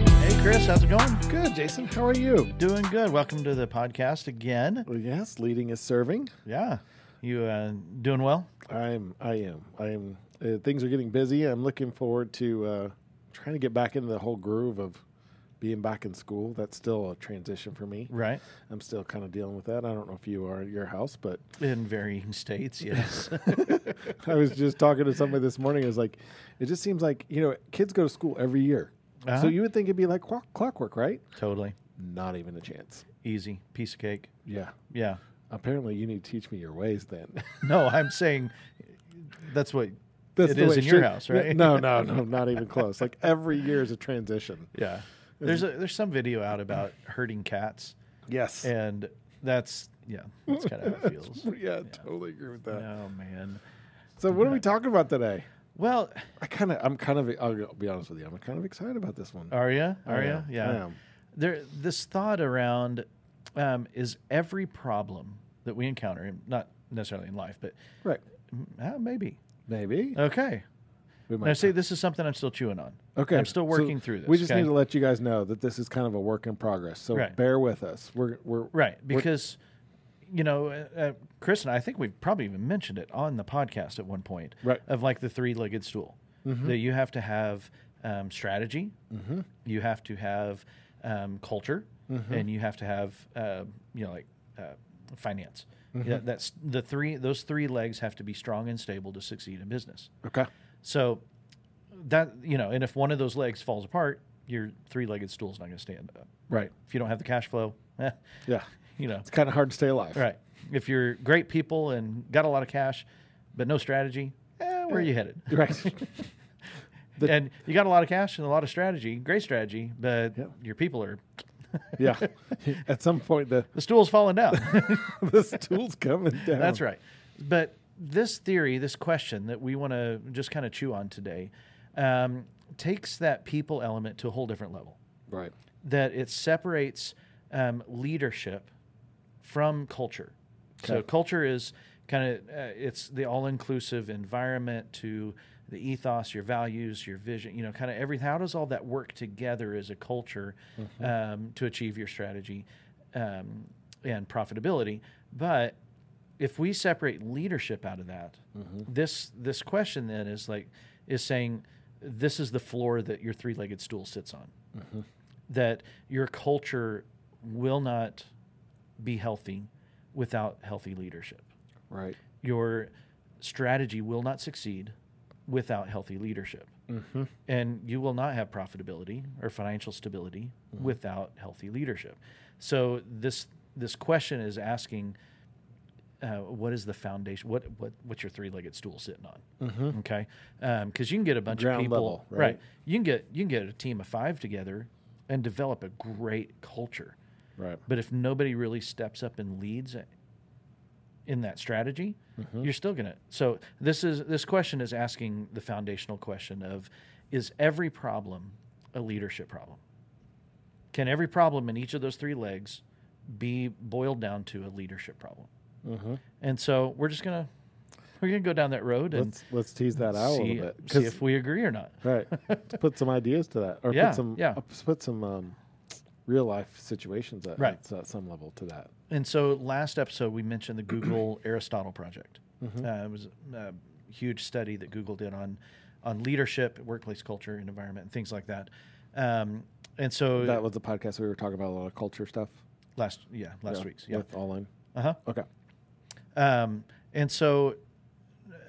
Josh. How's it going? Good, Jason. How are you? Doing good. Welcome to the podcast again. Well, yes, leading is serving. Yeah. You uh, doing well? I'm. I am. I am. Uh, things are getting busy. I'm looking forward to uh, trying to get back into the whole groove of being back in school. That's still a transition for me. Right. I'm still kind of dealing with that. I don't know if you are at your house, but In varying states, yes. I was just talking to somebody this morning. It was like, it just seems like you know, kids go to school every year, Uh-huh. so you would think it'd be like clock- clockwork, right? totally. Not even a chance. Easy. Piece of cake. Yeah. Yeah. Apparently, you need to teach me your ways then. No, I'm saying that's what That's it the way is in your should- house, right? No, no, no, not even close. Like every year is a transition. Yeah. There's a, there's some video out about herding cats, Yes. and that's, yeah, that's kind of how it feels. yeah, totally agree with that. Oh, man. So, what are we talking about today? Well, I kind of, I'm kind of, I'll be honest with you, I'm kind of excited about this one. are you? Oh, Are you? am, Yeah. I am. there this thought around um, is every problem that we encounter and not necessarily in life but Right. mm, uh, maybe Maybe. okay we might. Uh, now see this is something i'm still chewing on okay. i'm still so working through this We just okay? need to let you guys know that this is kind of a work in progress. So Right. bear with us. We're, we're, right because you know uh, uh, chris and i think we've probably even mentioned it on the podcast at one point Right. Mm-hmm. of like the three-legged stool that you have to have um, strategy you have to have um, culture Mm-hmm. and you have to have uh, you know like uh, finance Mm-hmm. Yeah, that's the three those three legs have to be strong and stable to succeed in business okay. so that you know and if one of those legs falls apart your three-legged stool's not going to stand up Right. if you don't have the cash flow eh, Yeah. you know It's kind of hard to stay alive. Right. If you're great people and got a lot of cash, but no strategy, eh, where are you headed? Right. The- and you got a lot of cash and a lot of strategy, great strategy, but Yeah. your people are yeah. At some point, the, the stool's falling down. the stool's coming down. That's right. But this theory, this question that we want to just kind of chew on today, um, takes that people element to a whole different level. Right. that it separates um, leadership from culture. So Okay. culture is kind of uh, it's the all-inclusive environment to the ethos, your values, your vision. You know, kind of everything. How does all that work together as a culture um, to achieve your strategy um, and profitability? But if we separate leadership out of that, Mm-hmm. this this question then is like is saying this is the floor that your three-legged stool sits on Mm-hmm. that your culture will not be healthy without healthy leadership. Right. Your strategy will not succeed without healthy leadership. And you will not have profitability or financial stability without healthy leadership. So this this question is asking uh, what is the foundation? What what what's your three legged stool sitting on? Mm-hmm. Okay, because you can get a bunch of Ground people level, right? You can get you can get a team of five together and develop a great culture, Right. but if nobody really steps up and leads in that strategy, Mm-hmm. you're still gonna. So this is this question is asking the foundational question of is every problem a leadership problem? Can every problem in each of those three legs be boiled down to a leadership problem? Mm-hmm. And so we're just gonna we're gonna go down that road and Let's let's tease that out a see, little bit. see 'Cause- if we agree or not. right, let's put some ideas to that, or Yeah, put some yeah. uh, put some um, real life situations at, Right. at, s- some level to that. And so last episode, we mentioned the Google Aristotle Project. Mm-hmm. Uh, it was a huge study that Google did on, on leadership, workplace culture, and environment, and things like that. Um, and so That was the podcast we were talking about a lot of culture stuff. last, yeah, last week's, yeah. with all in. Uh huh. Okay, Um, and so,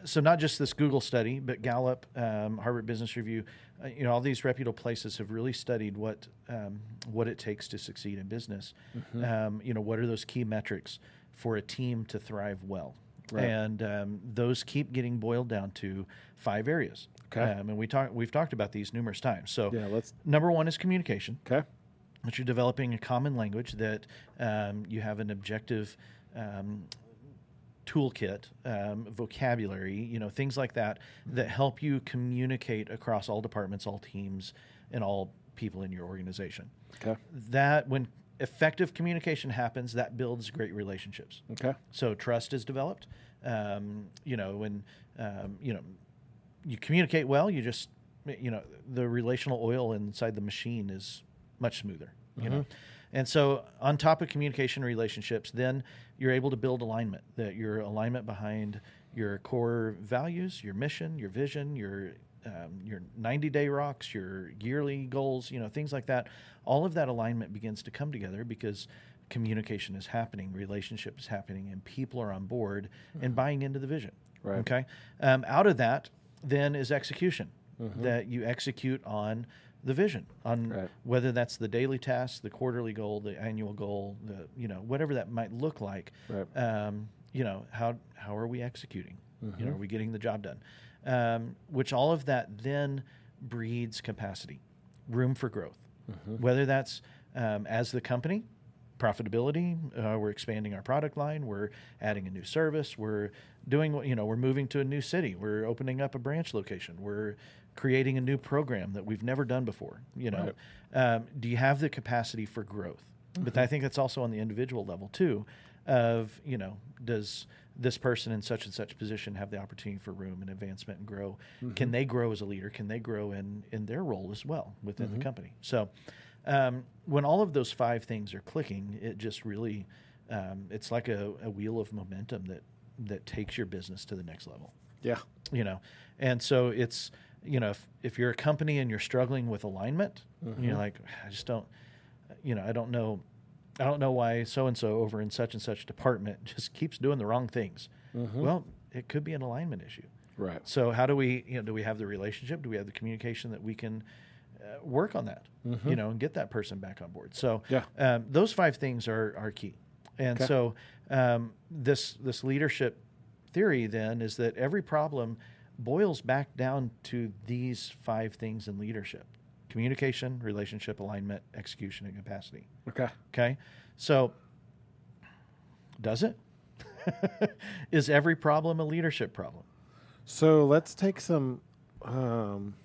so not just this Google study, but Gallup, um, Harvard Business Review, uh, you know, all these reputable places have really studied what um, what it takes to succeed in business. Mm-hmm. Um, you know, what are those key metrics for a team to thrive well? Right. And um, those keep getting boiled down to five areas. Okay. Um, and we talk, we've talked about these numerous times. So, yeah, let's. number one is communication Okay, that you're developing a common language that um, you have an objective um, toolkit um, vocabulary you know things like that that help you communicate across all departments all teams and all people in your organization okay, that when effective communication happens that builds great relationships okay, so trust is developed. Um, you know, when um, you know you communicate well, you just you know the relational oil inside the machine is much smoother. You know, and so on top of communication relationships, then you're able to build alignment. That your alignment behind your core values, your mission, your vision, your um, your 90 day rocks, your yearly goals, you know, things like that. All of that alignment begins to come together because communication is happening, relationship is happening, and people are on board and buying into the vision. Mm-hmm. Right. Okay. Um, out of that, then is execution that you execute on the vision, on Mm-hmm. Right. whether that's the daily task, the quarterly goal, the annual goal, the you know whatever that might look like. Right. Um, you know how how are we executing? You know, are we getting the job done? Um, which all of that then breeds capacity, room for growth. Mm-hmm. Whether that's um, as the company, profitability, uh, we're expanding our product line, we're adding a new service, we're doing what you know, we're moving to a new city, we're opening up a branch location, we're creating a new program that we've never done before. You know, um, do you have the capacity for growth? But I think that's also on the individual level too. Of you know, does this person in such and such position have the opportunity for room and advancement and grow? Can they grow as a leader? Can they grow in in their role as well within the company? So, um, when all of those five things are clicking, it just really um, it's like a, a wheel of momentum that that takes your business to the next level Yeah. you know and so it's you know if, if you're a company and you're struggling with alignment you're like i just don't you know i don't know i don't know why so and so over in such and such department just keeps doing the wrong things well it could be an alignment issue Mm-hmm. Right. so how do we you know do we have the relationship do we have the communication that we can uh, work on that Mm-hmm. you know and get that person back on board so Yeah. um, those five things are are key and Okay. so um, this this leadership theory then is that every problem boils back down to these five things in leadership communication relationship alignment execution and capacity Okay. Okay. So, does it? Is every problem a leadership problem? So let's take some. Um,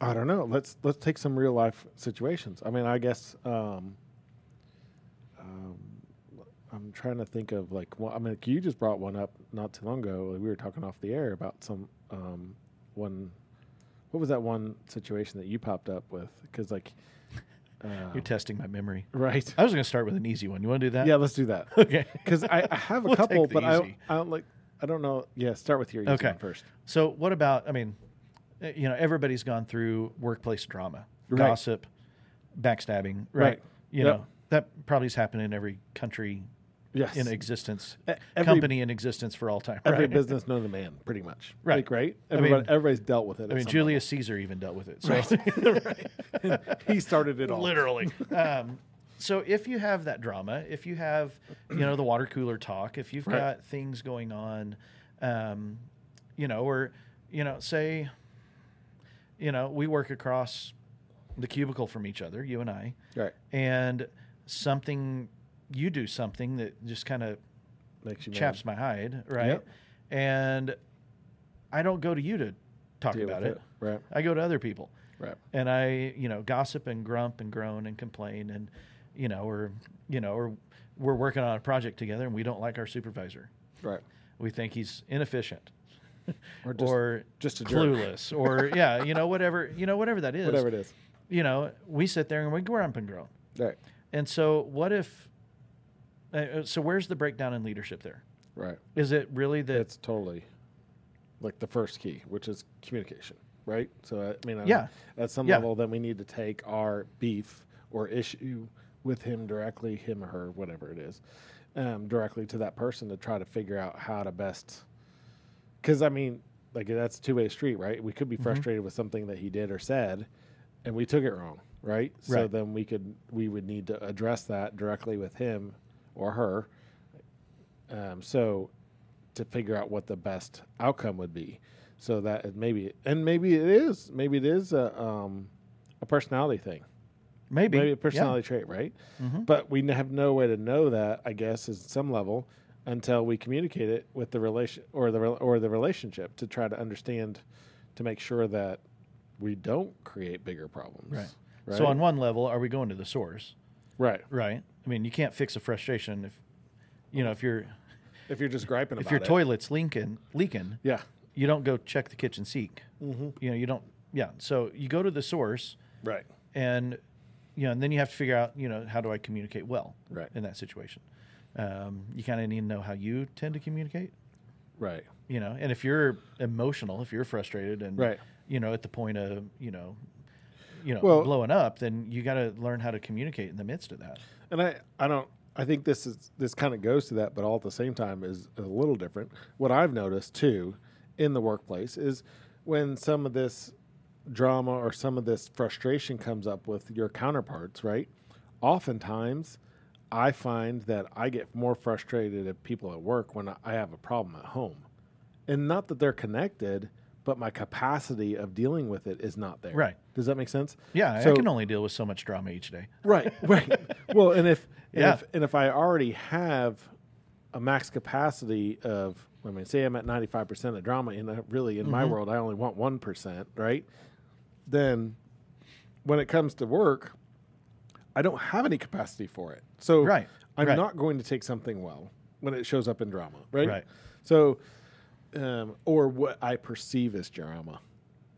I don't know. Let's let's take some real life situations. I mean, I guess. Um, um, I'm trying to think of like. Well, I mean, you just brought one up not too long ago. We were talking off the air about some um, one. What was that one situation that you popped up with? Because like, uh, You're testing my memory. right? I was going to start with an easy one. You want to do that? Yeah, let's do that. Okay. Because I, I have a We'll take couple, the but I, easy. I don't like. I don't know. Yeah, start with your easy Okay. one first. So, what about? I mean, eh, you know, everybody's gone through workplace drama, Right. gossip, backstabbing, right? Right. You Yep. know, that probably has happened in every country Yes. in existence, E- every- company in existence for all time. Every right? business known to man, pretty much. Right. Like, right? I mean- Everybody, everybody's dealt with I it. at mean, some Julius Caesar even dealt with it. So. point. he started it all. literally. um, so if you have that drama, if you have, you know, the water cooler talk, if you've Right. got things going on, um, you know, or you know, say, you know, we work across the cubicle from each other, you and I, Right. and something you do something that just kind of Makes you mad. chaps my hide, right? Yep. And I don't go to you to talk Deal about with it. Right. I go to other people Right. and I, you know, gossip and grump and groan and complain and, you know, or, you know, or we're working on a project together and we don't like our supervisor. Right. We think he's inefficient Or just- or just a jerk. clueless or yeah, you know, whatever, you know, whatever that is, Whatever it is. you know, we sit there and we grump and groan. Right. And so what if, uh, uh, so where's the breakdown in leadership there? Right. Is it really that It's totally like the first key, which is communication. Right. So, I mean, I- Yeah. at some Yeah. level, then we need to take our beef or issue with him directly, him or her, whatever it is, um, directly to that person to try to figure out how to best. Because I mean, like that's a two-way street, right? We Mm-hmm. could be frustrated with something that he did or said, and we took it wrong, right? So Right. then we could we would need to address that directly with him or her. Um, so to figure out what the best outcome would be, so that it maybe and maybe it is maybe it is a um, a personality thing maybe, maybe Yeah. Mm-hmm. a personality trait, right? But we n- have no way to know that, I guess, is some level until we communicate it with the relation or the rel- or the relationship to try to understand to make sure that we don't create bigger problems. Right. Right. So on one level, are we going to the source? right. Right. I mean, you can't fix a frustration if, you know, if you're, If you're just griping if about your it. toilet's leaking, leaking, yeah. you don't go check the kitchen sink. You know, you don't. Yeah. So you go to the source Mm-hmm. Right. and you know, and then you have to figure out, you know, how do I communicate well Right. in that situation? Um, you kind of need to know how you tend to communicate, Right. you know, and if you're emotional, if you're frustrated and, Right. you know, at the point of, you know, you know, Well- blowing up, then you got to learn how to communicate in the midst of that. And I, I don't. I think this is this kind of goes to that, but all at the same time is a little different. What I've noticed too in the workplace is when some of this drama or some of this frustration comes up with your counterparts, right? Oftentimes, I find that I get more frustrated at people at work when I have a problem at home, and not that they're connected, but my capacity of dealing with it is not there. Right. Does that make sense? Yeah. I So- can only deal with so much drama each day. Right, right. well, and if and Yeah. if and if I already have a max capacity of, I mean, say I'm at ninety five percent of drama, and I really in my Mm-hmm. world I only want one percent, right? Then, when it comes to work, I don't have any capacity for it. So, Right, I'm right. not going to take something well when it shows up in drama, right? Right. So, um, or what I perceive as drama.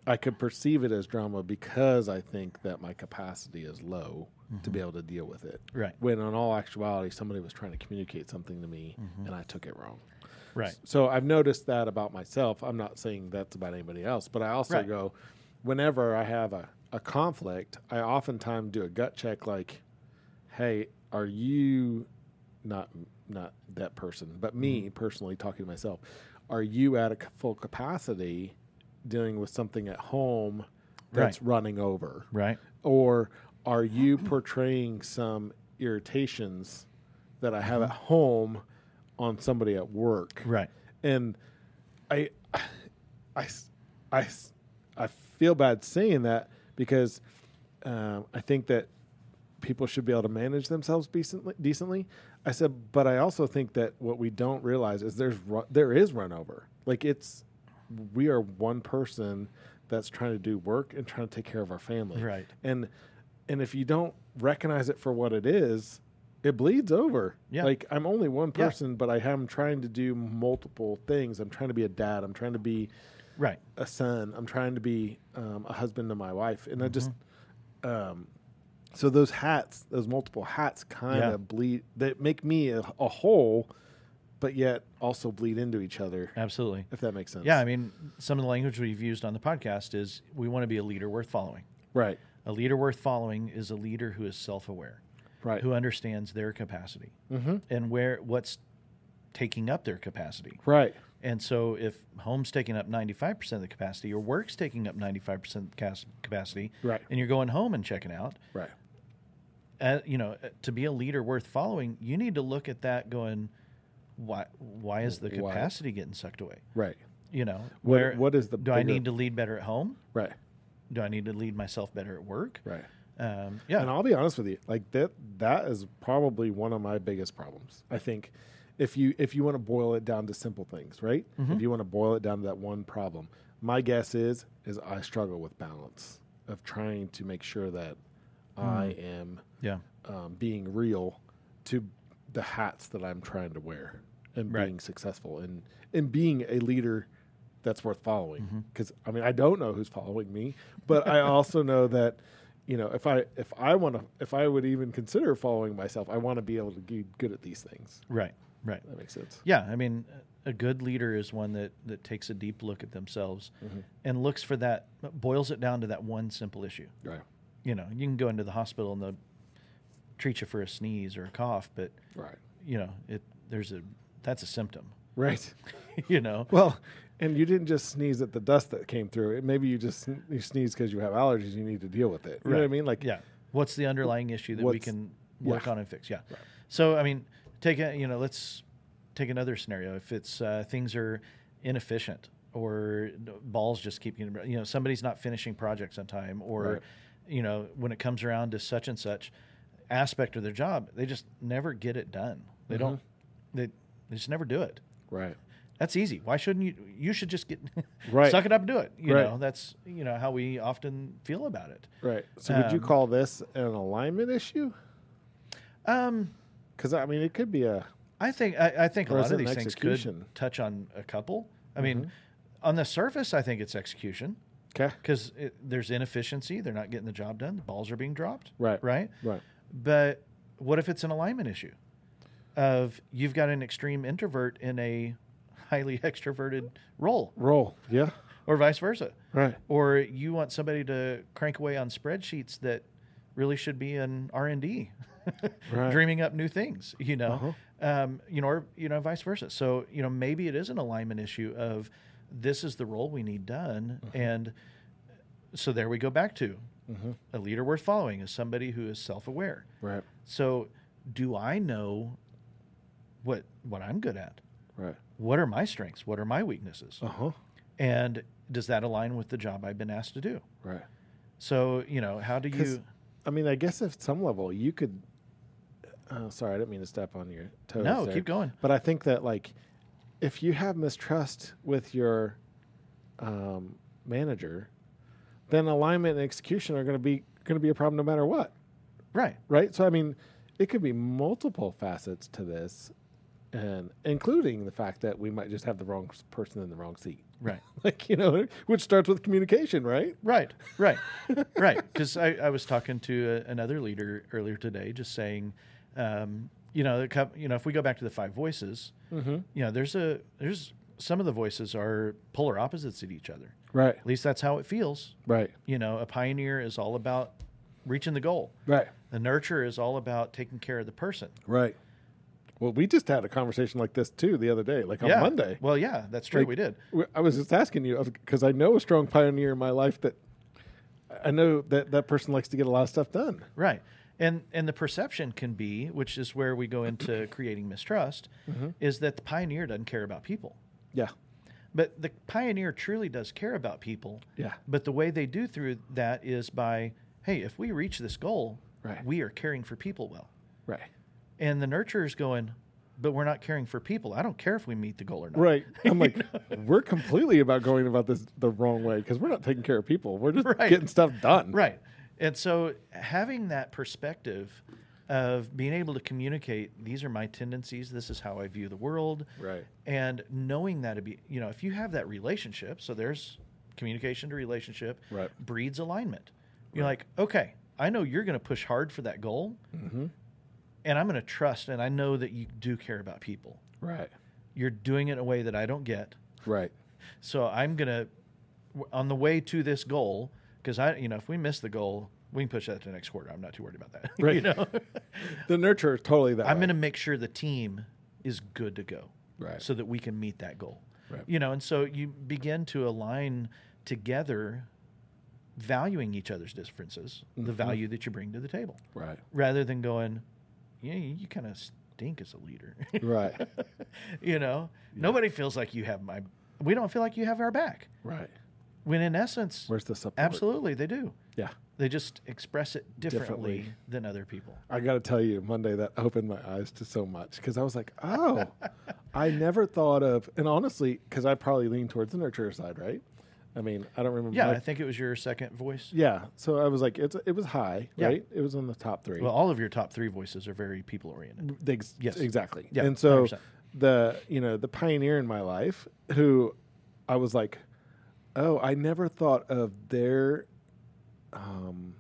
I could perceive it as drama because I think that my capacity is low to be able to deal with it. Right. When in all actuality, somebody was trying to communicate something to me and I took it wrong. Right. So I've noticed that about myself. I'm not saying that's about anybody else, but I also Right. go, whenever I have a, a conflict, I oftentimes do a gut check like, hey, are you not not that person, but me personally talking to myself, are you at a c- full capacity dealing with something at home that's running over? Right. or are you portraying some irritations that I have at home on somebody at work? Right. And I, I, s- I s- I feel bad saying that because um, I think that people should be able to manage themselves decently. Decently, I said, but I also think that what we don't realize is there's ru- there is run over. Like it's we are one person that's trying to do work and trying to take care of our family Right. and and if you don't recognize it for what it is it bleeds over Yeah. like i'm only one Yeah. person but i am trying to do multiple things i'm trying to be a dad i'm trying to be Right. a son i'm trying to be um, a husband to my wife and i just Mm-hmm. um, so those hats those multiple hats kind of Yeah. bleed that make me a, a whole but yet also bleed into each other Absolutely. if that makes sense Yeah. I mean, some of the language we've used on the podcast is we want to be a leader worth following. right A leader worth following is a leader who is self aware. right who understands their capacity mm-hmm. and where what's taking up their capacity. right And so if home's taking up 95% of the capacity, your work's taking up 95% of the cas- capacity, Right. and you're going home and checking out, right uh, you know, uh, to be a leader worth following, you need to look at that going why why is the Why? capacity getting sucked away? right You know, What- what is the Do I bigger- need to lead better at home? right Do I need to lead myself better at work? right Um, yeah. And I'll be honest with you, like that that is probably one of my biggest problems. I think if you if you want to boil it down to simple things, right? If you want to boil it down to that one problem, my guess is is I struggle with balance of trying to make sure that I am yeah. um, being real to the hats that I'm trying to wear and Right. being successful and and being a leader that's worth following. Because I mean, I don't know who's following me, but I also know that you know if I if I want to if I would even consider following myself, I want to be able to be good at these things. Right. Right. That makes sense. Yeah, I mean, a good leader is one that that takes a deep look at themselves and looks for that, boils it down to that one simple issue. Right. You know, you can go into the hospital and they'll treat you for a sneeze or a cough, but Right. you know, it there's a that's a symptom. Right. you know, Well, and you didn't just sneeze at the dust that came through. It- Maybe you just sn- you sneeze because you have allergies. You need to deal with it. You know what I Right. mean? Like yeah, what's the underlying issue that we What's- can work yeah. on and fix? Yeah. So I mean, take a you know, let's take another scenario. If it's uh, things are inefficient or balls just keep getting, you know, somebody's not finishing projects on time, or Right. you know, when it comes around to such and such aspect of their job, they just never get it done. They don't. Mm-hmm. They they just never do it. right. That's easy. Why shouldn't you? You should just get Right. suck it up and do it. You Right. know, that's you know how we often feel about it. Right. So would you Um, call this an alignment issue? Um, Because I mean, it could be a I think I, I think a Or is lot of it these an things execution? Mm-hmm. could touch on a couple. I mean, on the surface, I think it's execution. Okay. because there's inefficiency. They're not getting the job done. The balls are being dropped, Right. right? Right. But what if it's an alignment issue? Of you've got an extreme introvert in a highly extroverted role, Roll. Yeah. or vice versa, Right. or you want somebody to crank away on spreadsheets that really should be in R and D, Right. dreaming up new things. You know, Uh-huh. um, you know, or you know, vice versa. So you know, maybe it is an alignment issue of this is the role we need done, Mm-hmm. and so there we go back to a leader worth following is somebody who is self-aware. Right. So, do I know what what I'm good at? Right. What are my strengths? What are my weaknesses? Uh huh. And does that align with the job I've been asked to do? Right. So, you know, how do 'Cause- you? I mean, I guess at some level you could. Uh, sorry, I didn't mean to step on your toes. No, there. keep going. But I think that like, if you have mistrust with your um, manager, then alignment and execution are going to be going to be a problem no matter what, Right. right? So I mean, it could be multiple facets to this, and including the fact that we might just have the wrong s- person in the wrong seat, Right. like you know, which starts with communication, right? Right, right, right. Because I, I was talking to a, another leader earlier today, just saying, um, you know, the, cou- you know, if we go back to the five voices, Mm-hmm. you know, there's a there's some of the voices are polar opposites at each other. Right. At least that's how it feels. Right. You know, a pioneer is all about reaching the goal. Right. A nurturer is all about taking care of the person. Right. Well, we just had a conversation like this too the other day, like on yeah. Monday. Well, yeah, that's true. Like, we did. We- I was just asking you because I know a strong pioneer in my life that I know that that person likes to get a lot of stuff done. Right. And and the perception can be, which is where we go into creating mistrust, Mm-hmm. is that the pioneer doesn't care about people. Yeah. But the pioneer truly does care about people. Yeah. But the way they do through that is by, hey, if we reach this goal, Right. we are caring for people well. Right. And the nurturer's going, but we're not caring for people. I don't care if we meet the goal or not. Right. I'm like, we're completely about going about this the wrong way because we're not taking care of people. We're just Right. getting stuff done. Right. And so having that perspective of being able to communicate, these are my tendencies, this is how I view the world. Right. And knowing that to be, you know, if you have that relationship, so there's communication to relationship, Right. breeds alignment. You're like, okay, I know you're going to push hard for that goal, Mm-hmm. and I'm going to trust, and I know that you do care about people. Right. You're doing it in a way that I don't get, Right. so I'm gonna w- on the way to this goal because I, you know, if we miss the goal, we can push that to the next quarter. I'm not too worried about that. Right. you know, The nurturer is totally that. I'm way. gonna make sure the team is good to go, Right. So that we can meet that goal. Right. You know, and so you begin to align together, valuing each other's differences, Mm-hmm. the value that you bring to the table, Right. rather than going, yeah, you, you kind of stink as a leader. Right. you know, nobody feels like you have my. We don't feel like you have our back. right. When in essence, Where's the support? Absolutely, they do. Yeah. They just express it differently, Differently. than other people. I got to tell you, Monday that opened my eyes to so much because I was like, oh, I never thought of, and honestly, because I probably lean towards the nurturer side, right? I mean, I don't remember. Yeah, my- I think it was your second voice. yeah. So I was like, it's it was high, Yeah. right? It was in the top three. Well, all of your top three voices are very people oriented. The ex- Yes. exactly. Yeah, Mm-hmm. and so 100%. the you know the pioneer in my life who I was like, oh, I never thought of their, um,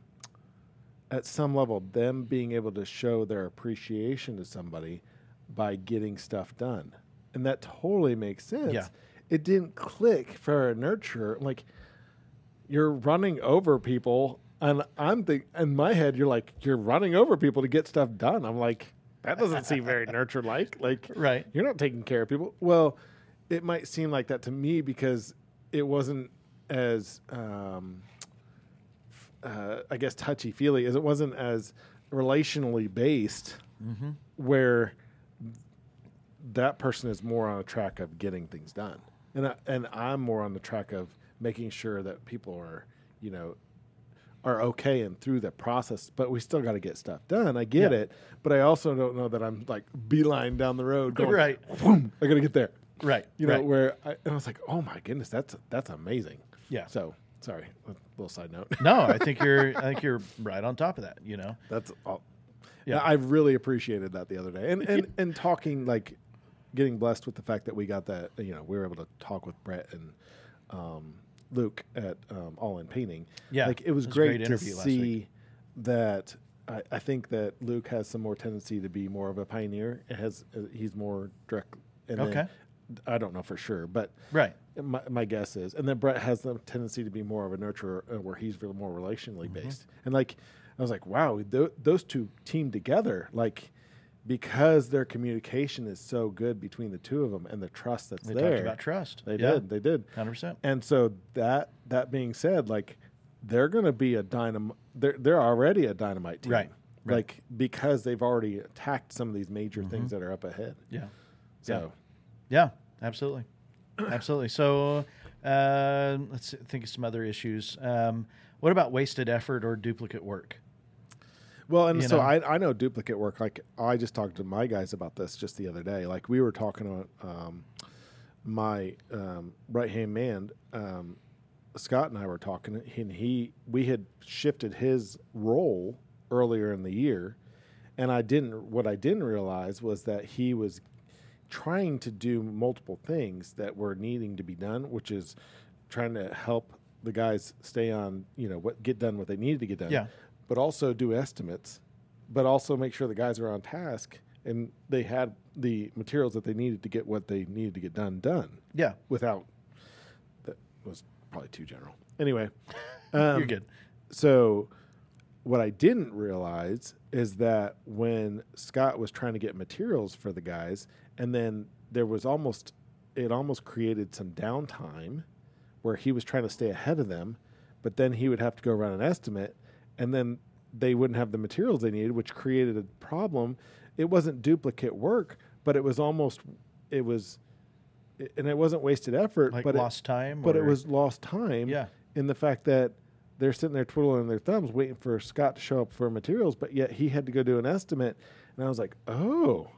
at some level, them being able to show their appreciation to somebody by getting stuff done, and that totally makes sense. Yeah. It didn't click for a nurturer. I'm like, you're running over people. And I'm think in my head, you're like, you're running over people to get stuff done. I'm like, that doesn't seem very nurture like. Like, Right. you're not taking care of people. Well, it might seem like that to me because it wasn't as, um, f- uh, I guess, touchy feely as it wasn't as relationally based, where that person is more on a track of getting things done, and I, and I'm more on the track of making sure that people are, you know, are okay and through the process. But we still got to get stuff done. I get Yeah. it, but I also don't know that I'm like beeline down the road going, Right. "Whoom, I got to get there. Right. You know, right. where I, and I was like, oh my goodness, that's that's amazing. Yeah. So sorry, a little side note. no, I think you're. I think you're right on top of that. You know. That's all. Yeah. Yeah, I really appreciated that the other day, and and and talking like getting blessed with the fact that we got that you know we were able to talk with Brett and um, Luke at um, All in Painting. Yeah, like it it was was, a great, great to interview last see week. that. I, I think that Luke has some more tendency to be more of a pioneer. It has uh, he's more direct. And then- Okay. I don't know for sure, but Right. my, my guess is, and then Brett has the tendency to be more of a nurturer, uh, where he's really more relationally Mm-hmm. based. And like, I was like, wow, th- those two team together, like, because their communication is so good between the two of them and the trust that's They there. talked about trust. They Yeah. did. They did. Hundred percent. And so that that being said, like they're going to be a dynam. They're they're already a dynamite team, Right, right. Mm-hmm. Like because they've already attacked some of these major things that are up ahead. Yeah. So Yeah. Absolutely. Absolutely. So uh, let's think of some other issues. Um, what about wasted effort or duplicate work? well, and You so know? I I know duplicate work. Like I just talked to my guys about this just the other day. Like we were talking on um, my um, right hand man. Um, Scott and I were talking, and he we had shifted his role earlier in the year, and I didn't. What I didn't realize was that he was trying to do multiple things that were needing to be done, which is trying to help the guys stay on, you know, what get done what they needed to get done, Yeah. but also do estimates, but also make sure the guys are on task and they had the materials that they needed to get what they needed to get done done Yeah. without that was probably too general. Anyway, um, You're good. so what I didn't realize is that when Scott was trying to get materials for the guys, and then there was almost it almost created some downtime where he was trying to stay ahead of them, but then he would have to go run an estimate, and then they wouldn't have the materials they needed, which created a problem. It wasn't duplicate work, but it was almost it was, and it wasn't wasted effort, Like but it- lost time. but it or- was lost time Yeah. in the fact that they're sitting there twiddling their thumbs waiting for Scott to show up for materials, but yet he had to go do an estimate. And I was like, oh.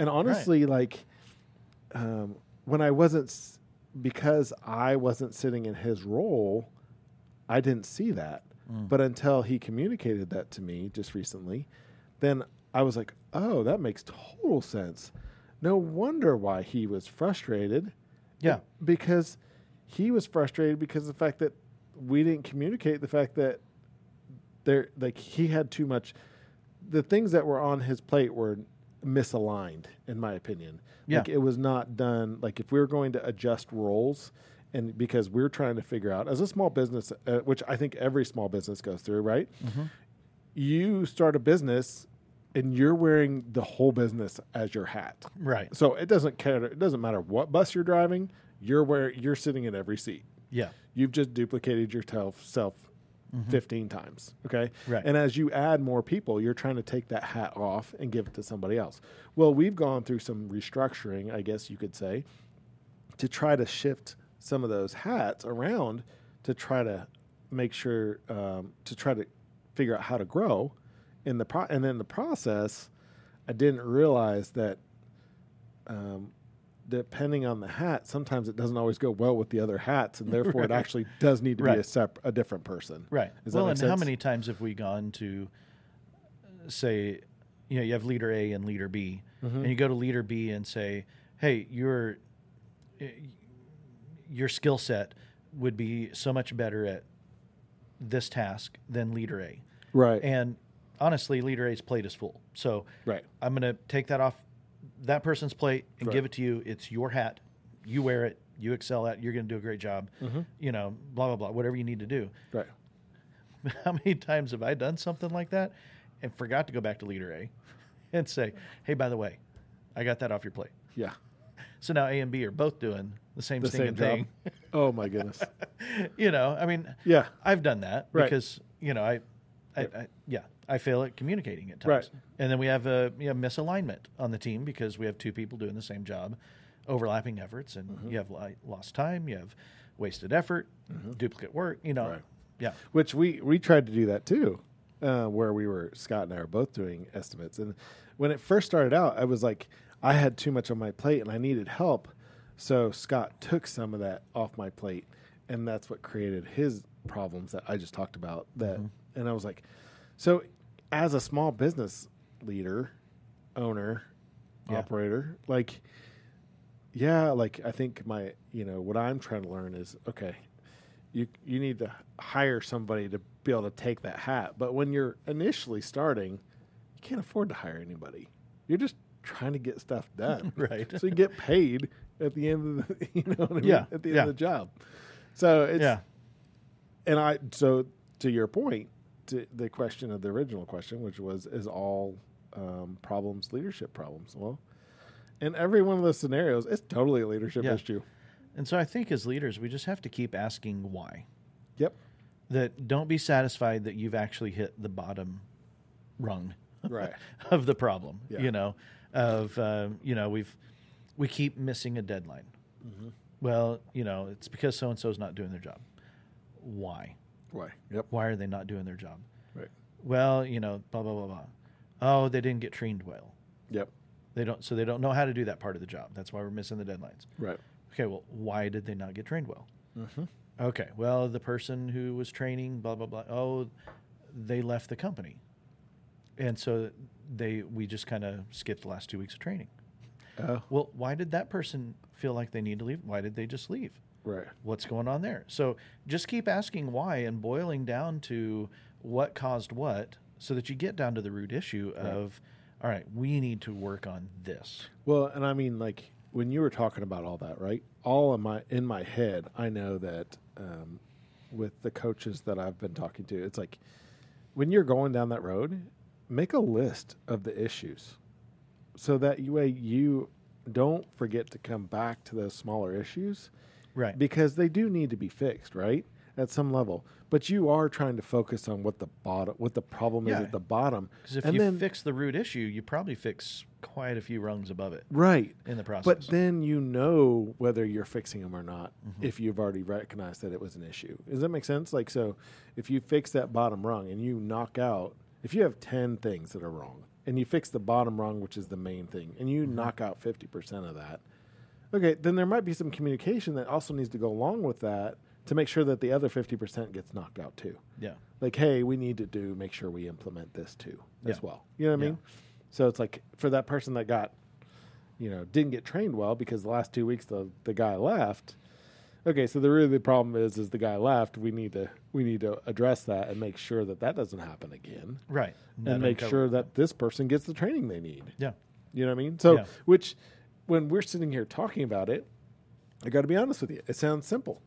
And honestly, like, um, when I wasn't, s- because I wasn't sitting in his role, I didn't see that. But until he communicated that to me just recently, then I was like, oh, that makes total sense. No wonder why he was frustrated Yeah. because he was frustrated because of the fact that we didn't communicate the fact that there like he had too much the things that were on his plate were misaligned in my opinion Yeah. like it was not done like if we were going to adjust roles and because we're trying to figure out as a small business uh, which i think every small business goes through right you start a business and you're wearing the whole business as your hat Right. so it doesn't care. It doesn't matter what bus you're driving. You're where you're sitting in every seat. Yeah. You've just duplicated yourself self 15 times. Okay. Right. And as you add more people, you're trying to take that hat off and give it to somebody else. Well, we've gone through some restructuring, I guess you could say, to try to shift some of those hats around to try to make sure um, to try to figure out how to grow in the pro- and in the process i didn't realize that um, depending on the hat sometimes it doesn't always go well with the other hats and therefore it actually does need to be a Right. sep- a different person Right. Does that well, make and how sense? many times have we gone to uh, say, you know, you have leader A and leader B, Mm-hmm. and you go to leader B and say, hey, your eh, your skill set would be so much better at this task than leader A, right and honestly, leader A's plate is full, so right I'm going to take that off that person's plate and Right. give it to you. It's your hat. You wear it. You excel at. it. You're going to do a great job. Mm-hmm. You know, blah blah blah. Whatever you need to do right how many times have I done something like that and forgot to go back to leader A and say, hey, by the way, I got that off your plate. yeah So now A and B are both doing the same the stinking same job thing. oh my goodness you know, I mean, yeah I've done that Right. because, you know, I, I, I, yeah, I fail at communicating at times. Right. And then we have a you know, misalignment on the team because we have two people doing the same job, overlapping efforts, and Mm-hmm. you have li- lost time, you have wasted effort, duplicate work, you know. Mm-hmm. Right. Yeah. which we we tried to do that too, uh, where we were Scott and I were both doing estimates. And when it first started out, I was like, I had too much on my plate and I needed help, so Scott took some of that off my plate, and that's what created his problems that I just talked about. That and I was like, so as a small business leader, owner, Yeah. operator, like. Yeah, like I think my, you know, what I'm trying to learn is okay, you you need to hire somebody to be able to take that hat. But when you're initially starting, you can't afford to hire anybody. You're just trying to get stuff done, Right. So you get paid at the end of the you know what I mean? Yeah, at the end yeah. of the job. So it's yeah. and I so to your point, to the question of the original question, which was, is all um, problems leadership problems? Well, in every one of those scenarios, it's totally a leadership Yeah. issue. And so I think as leaders, we just have to keep asking why. Yep. That don't be satisfied that you've actually hit the bottom rung Right. of the problem. Yeah. You know, of uh, you know we've we keep missing a deadline. Mm-hmm. Well, you know, it's because so and so is not doing their job. Why? Right. Yep. Why are they not doing their job? Right. Well, you know, blah blah blah blah. Oh, they didn't get trained well. Yep. They don't, so they don't know how to do that part of the job. That's why we're missing the deadlines. Right. Okay, well, why did they not get trained well? Mm-hmm. Okay, well, the person who was training, blah blah blah. Oh, they left the company, and so they we just kind of skipped the last two weeks of training. Oh. Well, why did that person feel like they need to leave? Why did they just leave? Right. What's going on there? So just keep asking why and boiling down to what caused what, so that you get down to the root issue of, all right, we need to work on this. Well, and I mean, like when you were talking about all that, right? All in my in my head, I know that um, with the coaches that I've been talking to, it's like when you're going down that road, make a list of the issues, so that you- way you don't forget to come back to those smaller issues Right. because they do need to be fixed, right? At some level, but you are trying to focus on what the bottom, what the problem is Yeah. at the bottom, Because if and you then fix the root issue, you probably fix quite a few rungs above it right, in the process. But then you know whether you're fixing them or not if you've already recognized that it was an issue. Does that make sense? Like, so if you fix that bottom rung and you knock out, if you have 10 things that are wrong and you fix the bottom rung, which is the main thing, and you knock out 50% of that, okay, then there might be some communication that also needs to go along with that to make sure that the other 50% gets knocked out too yeah, like, hey, we need to do make sure we implement this too as Yeah. well. You know what I Yeah. mean? So it's like for that person that got, you know, didn't get trained well because the last two weeks the the guy left. Okay, so the really the problem is is the guy left. We need to we need to address that and make sure that that doesn't happen again, right. and make sure that this person gets the training they need. Yeah, You know what I mean? So, Yeah. which when we're sitting here talking about it, I got to be honest with you, it sounds simple.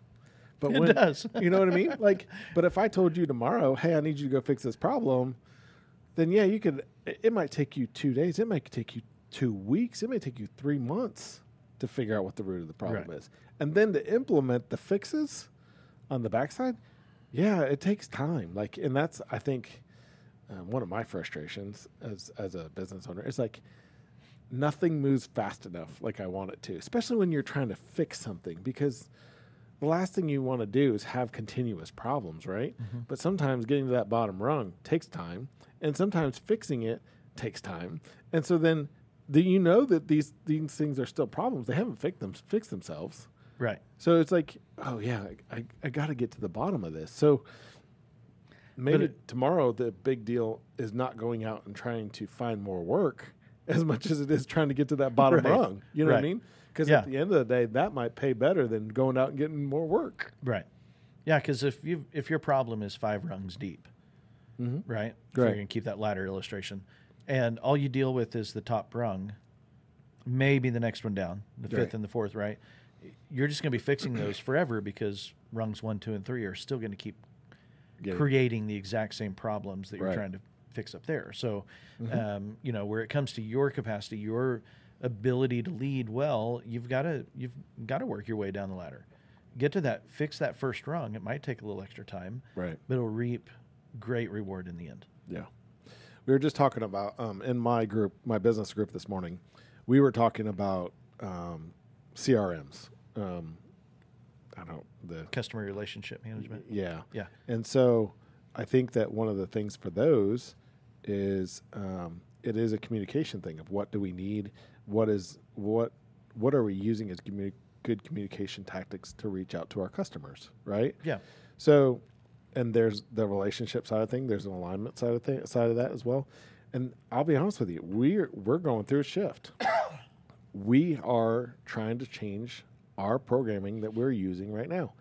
But It when, does. you know what I mean? Like, but if I told you tomorrow, hey, I need you to go fix this problem, then yeah, you could. It it might take you two days. It might take you two weeks. It may take you three months to figure out what the root of the problem Right. is, and then to implement the fixes on the backside. Yeah, it takes time. Like, and that's I think um, one of my frustrations as as a business owner is like nothing moves fast enough like I want it to, especially when you're trying to fix something because the last thing you want to do is have continuous problems, right? But sometimes getting to that bottom rung takes time, and sometimes fixing it takes time. And so then do you know that these these things are still problems. They haven't fixed them fixed themselves. right. So it's like, oh yeah, I, I, I got to get to the bottom of this. So maybe it- tomorrow the big deal is not going out and trying to find more work as much as it is trying to get to that bottom Right. rung. You know what I Right. mean? Because at Yeah. the end of the day, that might pay better than going out and getting more work. Right. Yeah, because if you if your problem is five rungs deep, Mm-hmm. right? If Right. You're gonna keep that ladder illustration, and all you deal with is the top rung, maybe the next one down, the Right. fifth and the fourth, right? You're just gonna be fixing those forever because rungs one, two, and three are still gonna keep Yeah. creating the exact same problems that you're Right. Mm-hmm. trying to fix up there. So, um, you know, where it comes to your capacity, your ability to lead well, you've got to you've got to work your way down the ladder. Get to that, fix that first rung. It might take a little extra time, Right. but it'll reap great reward in the end. Yeah. We were just talking about um, in my group, my business group this morning, we were talking about um, CRMs. Um, I don't, the Customer relationship management. Yeah. Yeah. And so I think that one of the things for those is um, it is a communication thing of what do we need? What is what what are we using as commu- good communication tactics to reach out to our customers, right? Yeah. So, and there's the relationship side of thing. There's an alignment side of thing, side of that as well. And I'll be honest with you, we're we're going through a shift. we are trying to change our programming that we're using right now,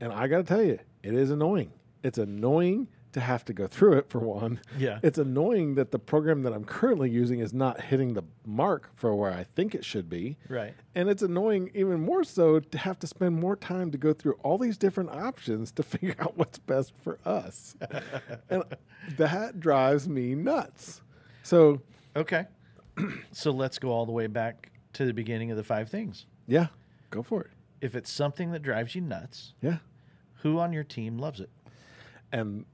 And I got to tell you, it is annoying. It's annoying to have to go through it for one. Yeah. It's annoying that the program that I'm currently using is not hitting the mark for where I think it should be. Right. And it's annoying even more so to have to spend more time to go through all these different options to figure out what's best for us. and that drives me nuts. So, Okay. so let's go all the way back to the beginning of the five things. yeah, go for it. If it's something that drives you nuts, Yeah. who on your team loves it? And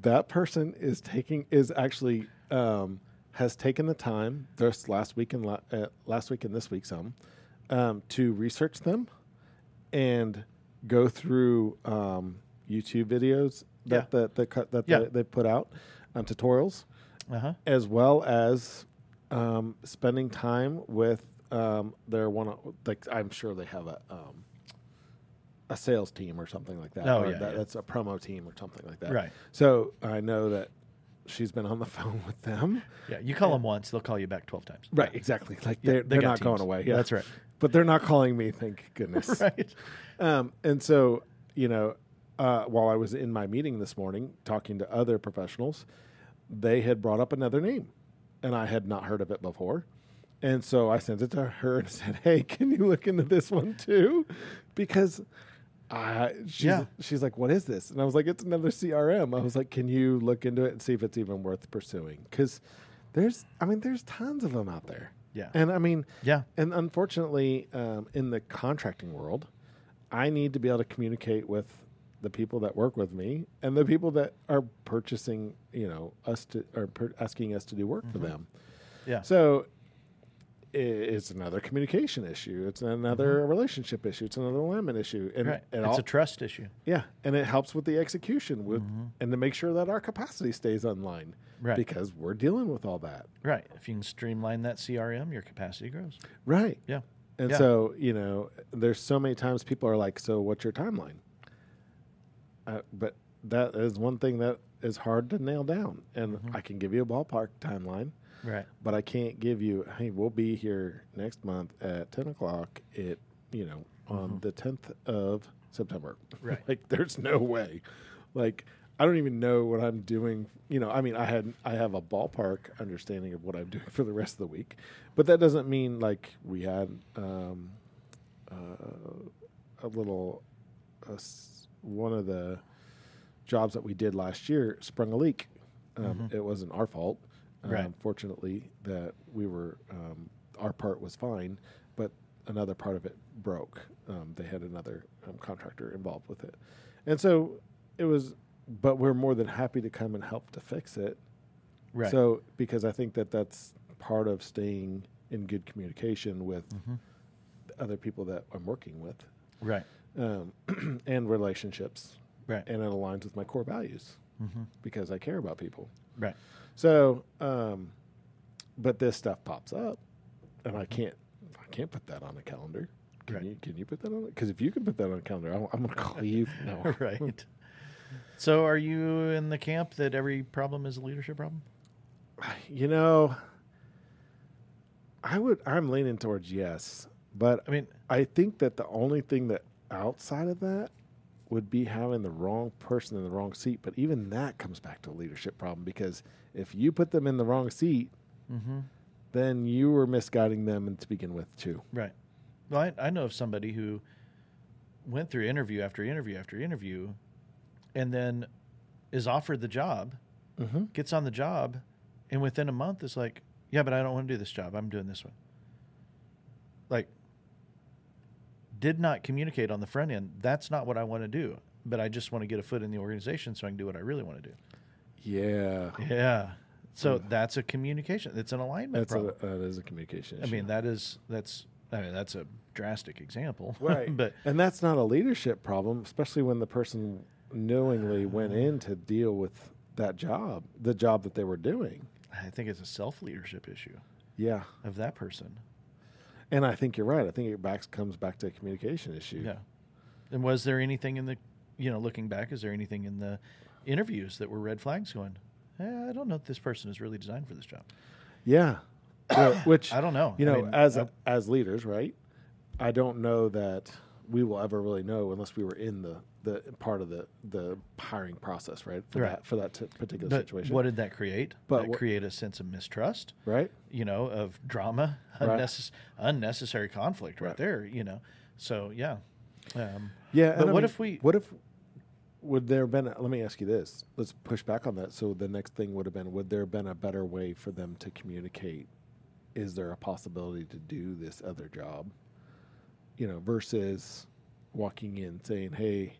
that person is taking, is actually, um, has taken the time this last week and la- uh, last week and this week some um, to research them and go through um, YouTube videos that the, the cut that Yeah. they, they put out um, tutorials Uh huh. as well as um, spending time with um, their one. Like I'm sure they have a um, a sales team or something like that. Oh, or yeah, that, yeah. that's a promo team or something like that. Right. So I know that she's been on the phone with them. Yeah. You call them once, they'll call you back 12 times. Right. Exactly. Like Yeah, they're, they they are they are got not going teams. away. Yeah. That's right. But they're not calling me. Thank goodness. right. Um, and so, you know, uh, while I was in my meeting this morning talking to other professionals, they had brought up another name and I had not heard of it before. And so I sent it to her and said, Hey, can you look into this one too? Because I, she's, Yeah. she's like, What is this? And I was like, It's another CRM. I was like, Can you look into it and see if it's even worth pursuing? Because there's, I mean, there's tons of them out there. Yeah. And I mean, Yeah. and unfortunately, um, in the contracting world, I need to be able to communicate with the people that work with me and the people that are purchasing, you know, us to are per- asking us to do work for them. Mm-hmm. Yeah. So i- it's another communication issue. It's another relationship issue. It's another alignment issue. And, Mm-hmm. right. and it's all- a trust issue. yeah, and it helps with the execution with and to make sure that our capacity stays online Mm-hmm. Right. because we're dealing with all that. Right. If you can streamline that CRM, your capacity grows. Right. Yeah. And Yeah. so, you know, there's so many times people are like, "So, what's your timeline?" Uh, but that is one thing that is hard to nail down. And I can give you a ballpark timeline, Right. but I can't give you, "Hey, we'll be here next month at 10 o'clock at you know on the 10th of September." Right. like, there's no way. Like, I don't even know what I'm doing. You know, I mean, I had I have a ballpark understanding of what I'm doing for the rest of the week, but that doesn't mean like we had um, uh, a little uh, s- one of the jobs that we did last year sprung a leak. Um, It wasn't our fault. Um, Right. Fortunately, that we were um, our part was fine, but another part of it broke. Um, they had another um, contractor involved with it, and so it was. But we're more than happy to come and help to fix it. Right. So because I think that that's part of staying in good communication with Mm-hmm. the other people that I'm working with, right. um, and relationships, Right. and it aligns with my core values Mm-hmm. because I care about people. Right. So, um, but this stuff pops up, and I can't, I can't put that on a calendar. Can Right. you? Can you put that on? Because if you can put that on a calendar, I'm, I'm going to call you. No, right. So are you in the camp that every problem is a leadership problem? you know, I would. I'm leaning towards yes, but I mean, I think that the only thing that outside of that would be having the wrong person in the wrong seat. But even that comes back to a leadership problem because if you put them in the wrong seat, mhm. then you were misguiding them to begin with too. Right. Well, I, I know of somebody who went through interview after interview after interview and then is offered the job, Mm-hmm. gets on the job, and within a month is like, yeah, but I don't want to do this job. I'm doing this one. Like, did not communicate on the front end. That's not what I want to do, but I just want to get a foot in the organization so I can do what I really want to do. Yeah, Yeah. So that's a communication. It's an alignment that's problem. a, that is a communication. I issue. mean, that is that's I mean that's a drastic example. right? but and that's not a leadership problem, especially when the person knowingly went in to deal with that job, the job that they were doing. I think it's a self leadership issue Yeah, of that person. and I think you're right. I think it backs comes back to a communication issue. Yeah. And was there anything in the you know looking back? Is there anything in the interviews that were red flags going? Eh, I don't know if this person is really designed for this job. Yeah. Well, Which I don't know. You I know, mean, as I- as leaders, right? I don't know that we will ever really know unless we were in the, the part of the, the hiring process, right? For Right. that for that t- particular But situation, What did that create? But that what- create a sense of mistrust, right? you know, of drama, Right. unnecess- unnecessary conflict right, Right. there, you know. So, yeah. Um, Yeah. But and I what mean, if we- What if? Would there have been? A, let me ask you this. Let's push back on that. So the next thing would have been: Would there have been a better way for them to communicate? Is there a possibility to do this other job? You know, versus walking in saying, "Hey,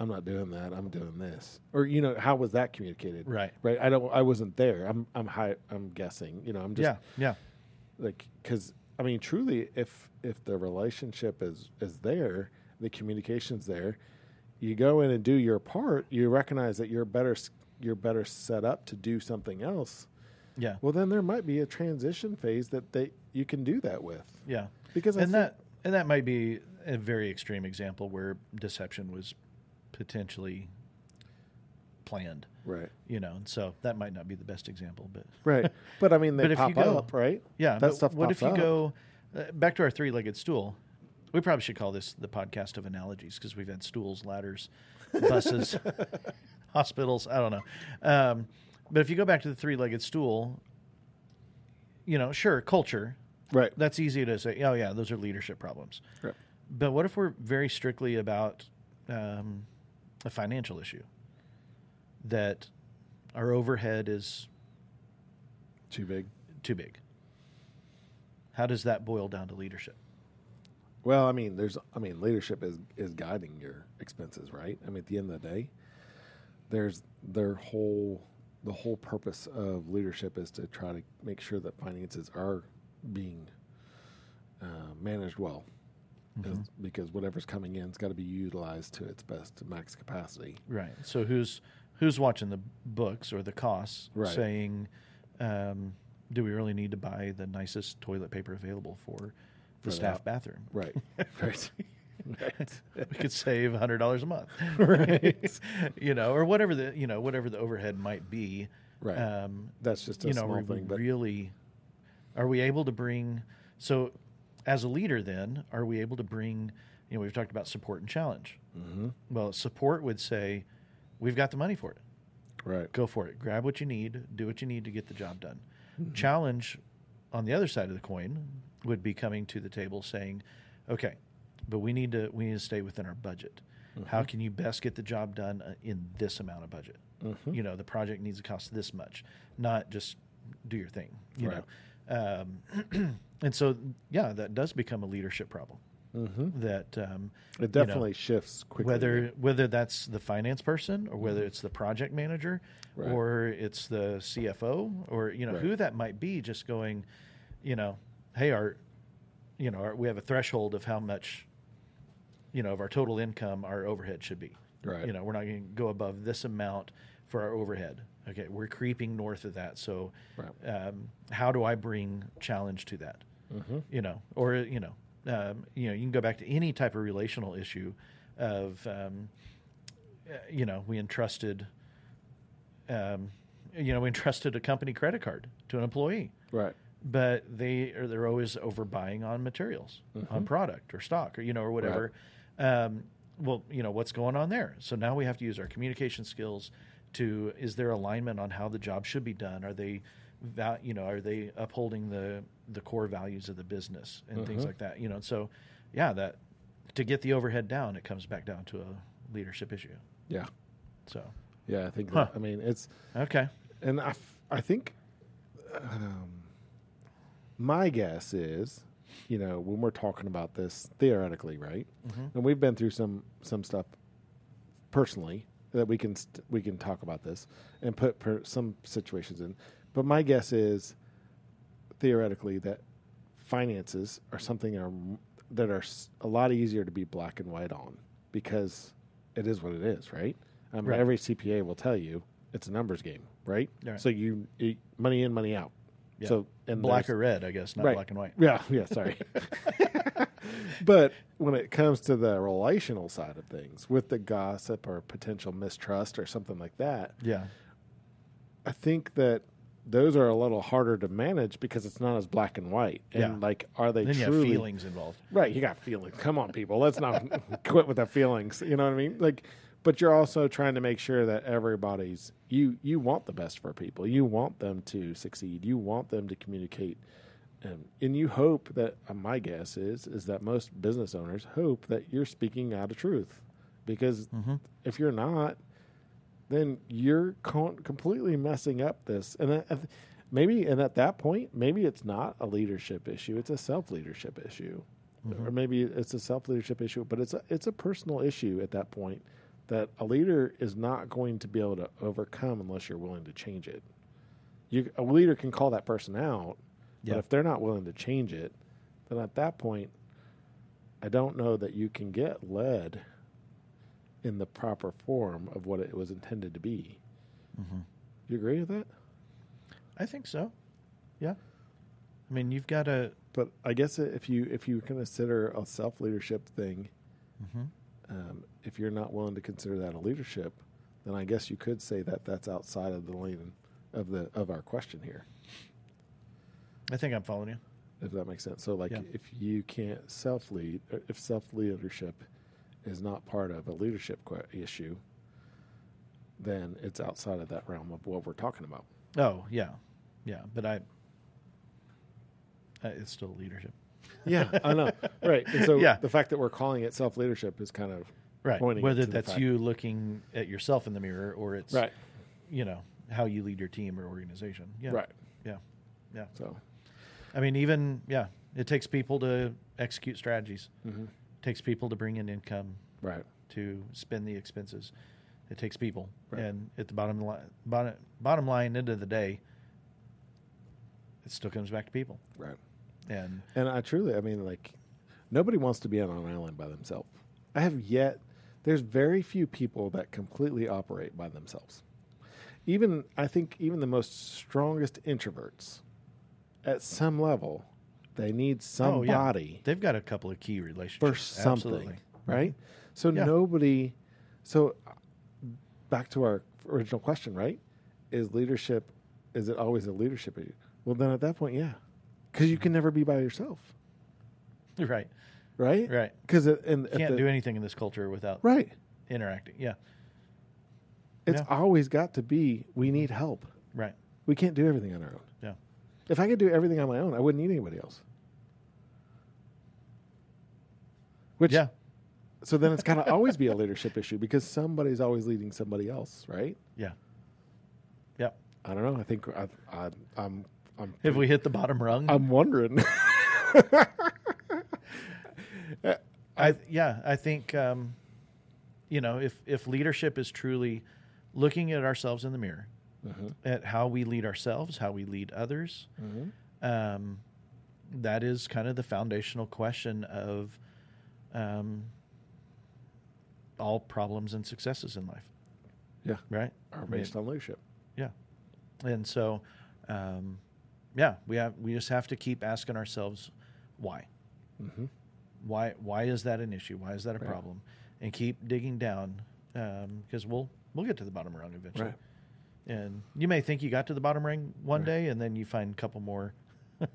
I'm not doing that. I'm doing this." Or you know, how was that communicated? right. Right. I don't. I wasn't there. I'm. I'm high. I'm guessing. You know. I'm just yeah. Yeah. like because I mean, truly, if if the relationship is is there, the communication's there, you go in and do your part. You recognize that you're better s- you're better set up to do something else. Yeah. Well, then there might be a transition phase that they you can do that with Yeah. because I and think, that and that might be a very extreme example where deception was potentially planned right you know and so that might not be the best example but right, but I mean they But if pop you go- up right. yeah That but stuff what pops if you up. go uh, back to our three-legged stool we probably should call this the podcast of analogies because we've had stools ladders buses hospitals i don't know um, but if you go back to the three-legged stool you know sure culture Right. that's easy to say oh yeah those are leadership problems Right. But what if we're very strictly about um, a financial issue? That our overhead is Too big. too big. How does that boil down to leadership? Well, I mean, there's, I mean, leadership is is guiding your expenses, right? I mean, at the end of the day, there's their whole the whole purpose of leadership is to try to make sure that finances are being uh, managed well, 'Cause- Mm-hmm. because whatever's coming in has got to be utilized to its best max capacity. Right. So who's who's watching the books or the costs, Right. saying, um, "Do we really need to buy the nicest toilet paper available for the For staff that. bathroom? Right. right. right. We could save hundred dollars a month, Right. you know, or whatever the you know whatever the overhead might be. Right. Um, That's just a you know, small are we thing, but really are we able to bring so as a leader then are we able to bring you know we've talked about support and challenge hmm well support would say we've got the money for it right. go for it grab what you need do what you need to get the job done challenge on the other side of the coin would be coming to the table saying okay but we need to we need to stay within our budget how can you best get the job done uh, in this amount of budget Mhm. you know the project needs to cost this much not just do your thing you Right. know um, and so yeah that does become a leadership problem hmm that um, you know, It definitely shifts quickly. whether whether that's the finance person or whether it's the project manager Right. or it's the CFO or you know Right. who that might be just going you know hey our you know our, we have a threshold of how much you know of our total income our overhead should be Right. you know we're not going to go above this amount for our overhead okay we're creeping north of that so Right. um, how do I bring challenge to that? Mhm. You know, or you know, um, you know, you can go back to any type of relational issue of, um, uh, you know, we entrusted, um, you know, we entrusted a company credit card to an employee, Right. but they are they're always overbuying on materials, Mm-hmm. on product or stock or you know or whatever. Um, well, you know what's going on there. So now we have to use our communication skills to is there alignment on how the job should be done? Are they, val- you know, are they upholding the the core values of the business and Mm-hmm. things like that? You know, so yeah, that to get the overhead down, it comes back down to a leadership issue. Yeah. So Yeah, I think. Huh. That, I mean, it's okay, and I, f- I think um, my guess is, you know, when we're talking about this theoretically, right? Mhm. And we've been through some some stuff personally that we can st- we can talk about this and put per- some situations in. But my guess is theoretically that finances are something are, that are s- a lot easier to be black and white on because it is what it is, right? I mean, Right. Every CPA will tell you it's a numbers game, right? Right. So you, you money in, money out. Yeah. So and black there's- or red, I guess, not Right. black and white. yeah, yeah, sorry. but when it comes to the relational side of things, with the gossip or potential mistrust or something like that, Yeah, I think that those are a little harder to manage because it's not as black and white. And Yeah. like, are they Then you have truly feelings involved. Right, you got feelings. Come on, people. Let's not quit with the feelings. You know what I mean? Like, but you're also trying to make sure that everybody's you. You want the best for people. You want them to succeed. You want them to communicate, and and you hope that. uh, my guess is is that most business owners hope that you're speaking out of truth, because if you're not, then you're con- completely messing up this. And I, I th- maybe, and at that point, maybe it's not a leadership issue; it's a self leadership issue, or maybe it's a self leadership issue, but it's a, it's a personal issue at that point that a leader is not going to be able to overcome unless you're willing to change it. You, a leader can call that person out, Yeah. but if they're not willing to change it, then at that point, I don't know that you can get led in the proper form of what it was intended to be. Mm-hmm. You agree with that? I think so. Yeah. I mean, you've got to. But I guess if you if you consider a self leadership thing, um, if you're not willing to consider that a leadership, then I guess you could say that that's outside of the lane of the of our question here. I think I'm following you. if that makes sense. So, like, Yeah. if you can't self lead, if self leadership is not part of a leadership que- issue, then it's outside of that realm of what we're talking about. Oh yeah, yeah. But I, uh, it's still leadership, Yeah, I know. Right. And so, Yeah. the fact that we're calling it self leadership is kind of right? Pointing Whether to the that's fact- you looking at yourself in the mirror or it's you know how you lead your team or organization. Yeah, Right. Yeah, yeah. So, I mean, even yeah, it takes people to execute strategies. mm-hmm. It takes people to bring in income right. to spend the expenses. It takes people, Right. and at the bottom line, bottom, bottom line, end of the day, it still comes back to people. Right. And And I truly, I mean, like, nobody wants to be on an island by themselves. I have yet, there's very few people that completely operate by themselves. Even, I think, even the most strongest introverts, at some level, they need Oh, yeah. somebody They've got a couple of key for relationships. something, Absolutely. right? So Yeah. nobody. So uh, back to our original question, right? Is leadership? Is it always a leadership? issue? Well, then at that point, yeah, because you can never be by yourself, Right. right? Right. Because and at Can't the- do anything in this culture without right. interacting. Yeah. It's Yeah. always got to be. We need help. Right. We can't do everything on our own. Yeah. If I could do everything on my own, I wouldn't need anybody else. Which yeah. so then it's got to always be a leadership issue because somebody's always leading somebody else, right? Yeah. Yep. I don't know. I think I, I, I'm. I'm. Have we hit the bottom rung? I'm wondering. I yeah, I think um, you know if if leadership is truly looking at ourselves in the mirror, at how we lead ourselves, how we lead others, um, that is kind of the foundational question of um, all problems and successes in life. Yeah. Right. Are based on leadership. Yeah, and so um, yeah, we have we just have to keep asking ourselves why Mm-hmm. why why is that an issue? Why is that a Right. problem? And keep digging down because we'll we'll get to the bottom rung eventually. Right. And you may think you got to the bottom rung one day, and then you find a couple more.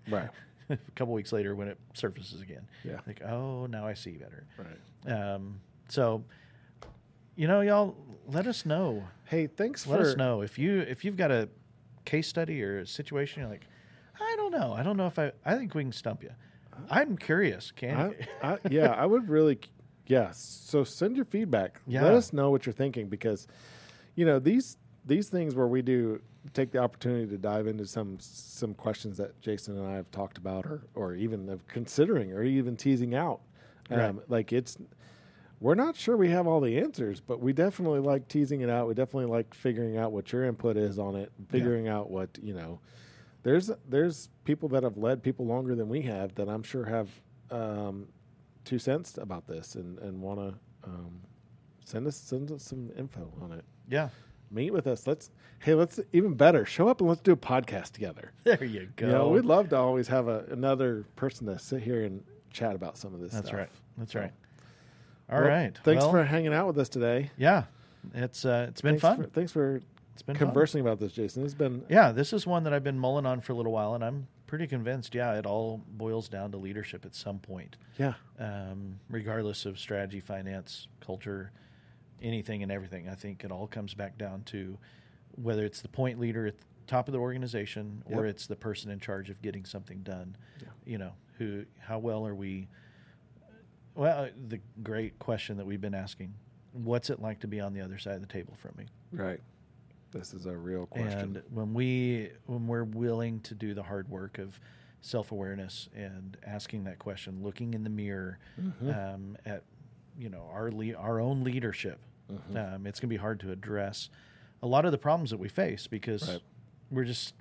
Right. a couple weeks later when it surfaces again. Yeah. Like oh now I see better. Right. Um, so you know y'all let us know Hey, thanks let for. us know if you if you've got a case study or a situation you're like I don't know I don't know if I I think we can stump you. I'm curious. Can Uh-huh. I, I, yeah, I would really. Yeah. So send your feedback. Yeah. Let us know what you're thinking because, you know these these things where we do take the opportunity to dive into some some questions that Jason and I have talked about or or even of considering or even teasing out. Um, Right. Like it's. We're not sure we have all the answers, but we definitely like teasing it out. We definitely like figuring out what your input is on it, figuring out what, you know, there's there's people that have led people longer than we have that I'm sure have um, two cents about this and and want to um, send us send us some info on it. yeah. Meet with us. Let's hey, let's even better show up and let's do a podcast together. There you go. You know, we'd love to always have a, another person to sit here and chat about some of this. That's stuff. right. That's So, right. All right. well, Thanks Well, for hanging out with us today. yeah. It's uh, it's been thanks fun. For, thanks for It's been fun. conversing about this, Jason. It's been Yeah, this is one that I've been mulling on for a little while, and I'm pretty convinced. Yeah, it all boils down to leadership at some point, yeah, um, regardless of strategy, finance, culture, anything and everything. I think it all comes back down to whether it's the point leader at the top of the organization or Yep. it's the person in charge of getting something done. Yeah. You know, who? How well are we? Well, the great question that we've been asking: What's it like to be on the other side of the table from me? right. This is a real question. And when we when we're willing to do the hard work of self awareness and asking that question, looking in the mirror Mhm. um, at you know our le- our own leadership, Mhm. um, it's going to be hard to address a lot of the problems that we face because Right. we're just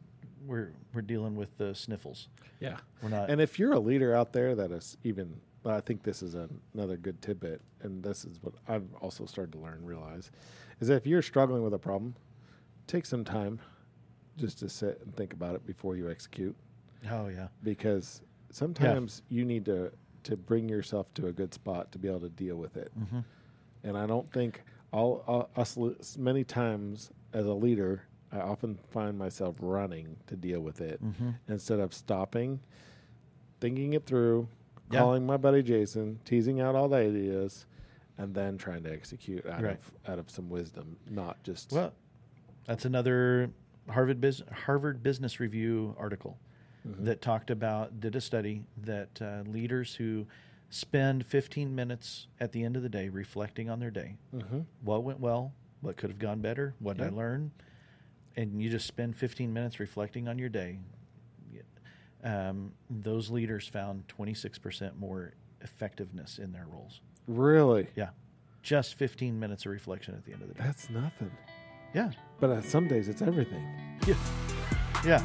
we're we're dealing with the sniffles. yeah, We're not. and if you're a leader out there that is even, well, I think this is an- another good tidbit, and this is what I've also started to learn, and realize, is that if you're struggling with a problem, take some time just to sit and think about it before you execute, oh yeah, because sometimes you need to to bring yourself to a good spot to be able to deal with it. Mhm. And I don't think all uh, us l- s- many times as a leader, I often find myself running to deal with it Mhm. instead of stopping, thinking it through, Yeah. calling my buddy Jason, teasing out all the ideas, and then trying to execute out Right. of out of some wisdom, not just Well, that's another Harvard Bus Harvard Business Review article Mm-hmm. that talked about did a study that uh, leaders who spend 15 minutes at the end of the day reflecting on their day, Mhm. what went well, what could have gone better, what did I Yeah. learn, and you just spend 15 minutes reflecting on your day. Um, those leaders found 26% more effectiveness in their roles. really Yeah. Just 15 minutes of reflection at the end of the day. that's nothing. Yeah. But uh, some days it's everything. Yeah.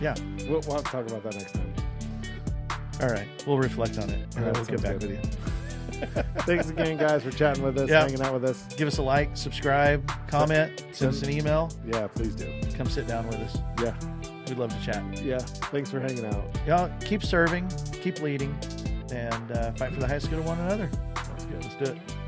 yeah. We'll, we'll have to talk about that next time. All right. We'll reflect on it and All then right, we'll get sounds back good. with you. Thanks again, guys, for chatting with us, Yeah. hanging out with us. Give us a like, subscribe, comment, send us an email, Yeah, please do. come sit down with us. Yeah, We'd love to chat. yeah. Thanks for hanging out. Y'all keep serving, keep leading, and uh, fight for the highest good of one another. That's good. Let's do it.